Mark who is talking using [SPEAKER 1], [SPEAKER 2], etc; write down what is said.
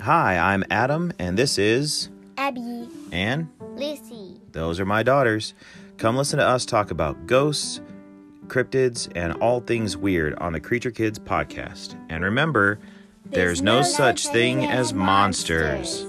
[SPEAKER 1] Hi, I'm Adam, and this is
[SPEAKER 2] Abby,
[SPEAKER 1] Anne.
[SPEAKER 2] Lissy,
[SPEAKER 1] Those are my daughters. Come listen to us talk about ghosts, cryptids, and all things weird on the Creature Kids podcast. And remember, there's, no, such thing as monsters.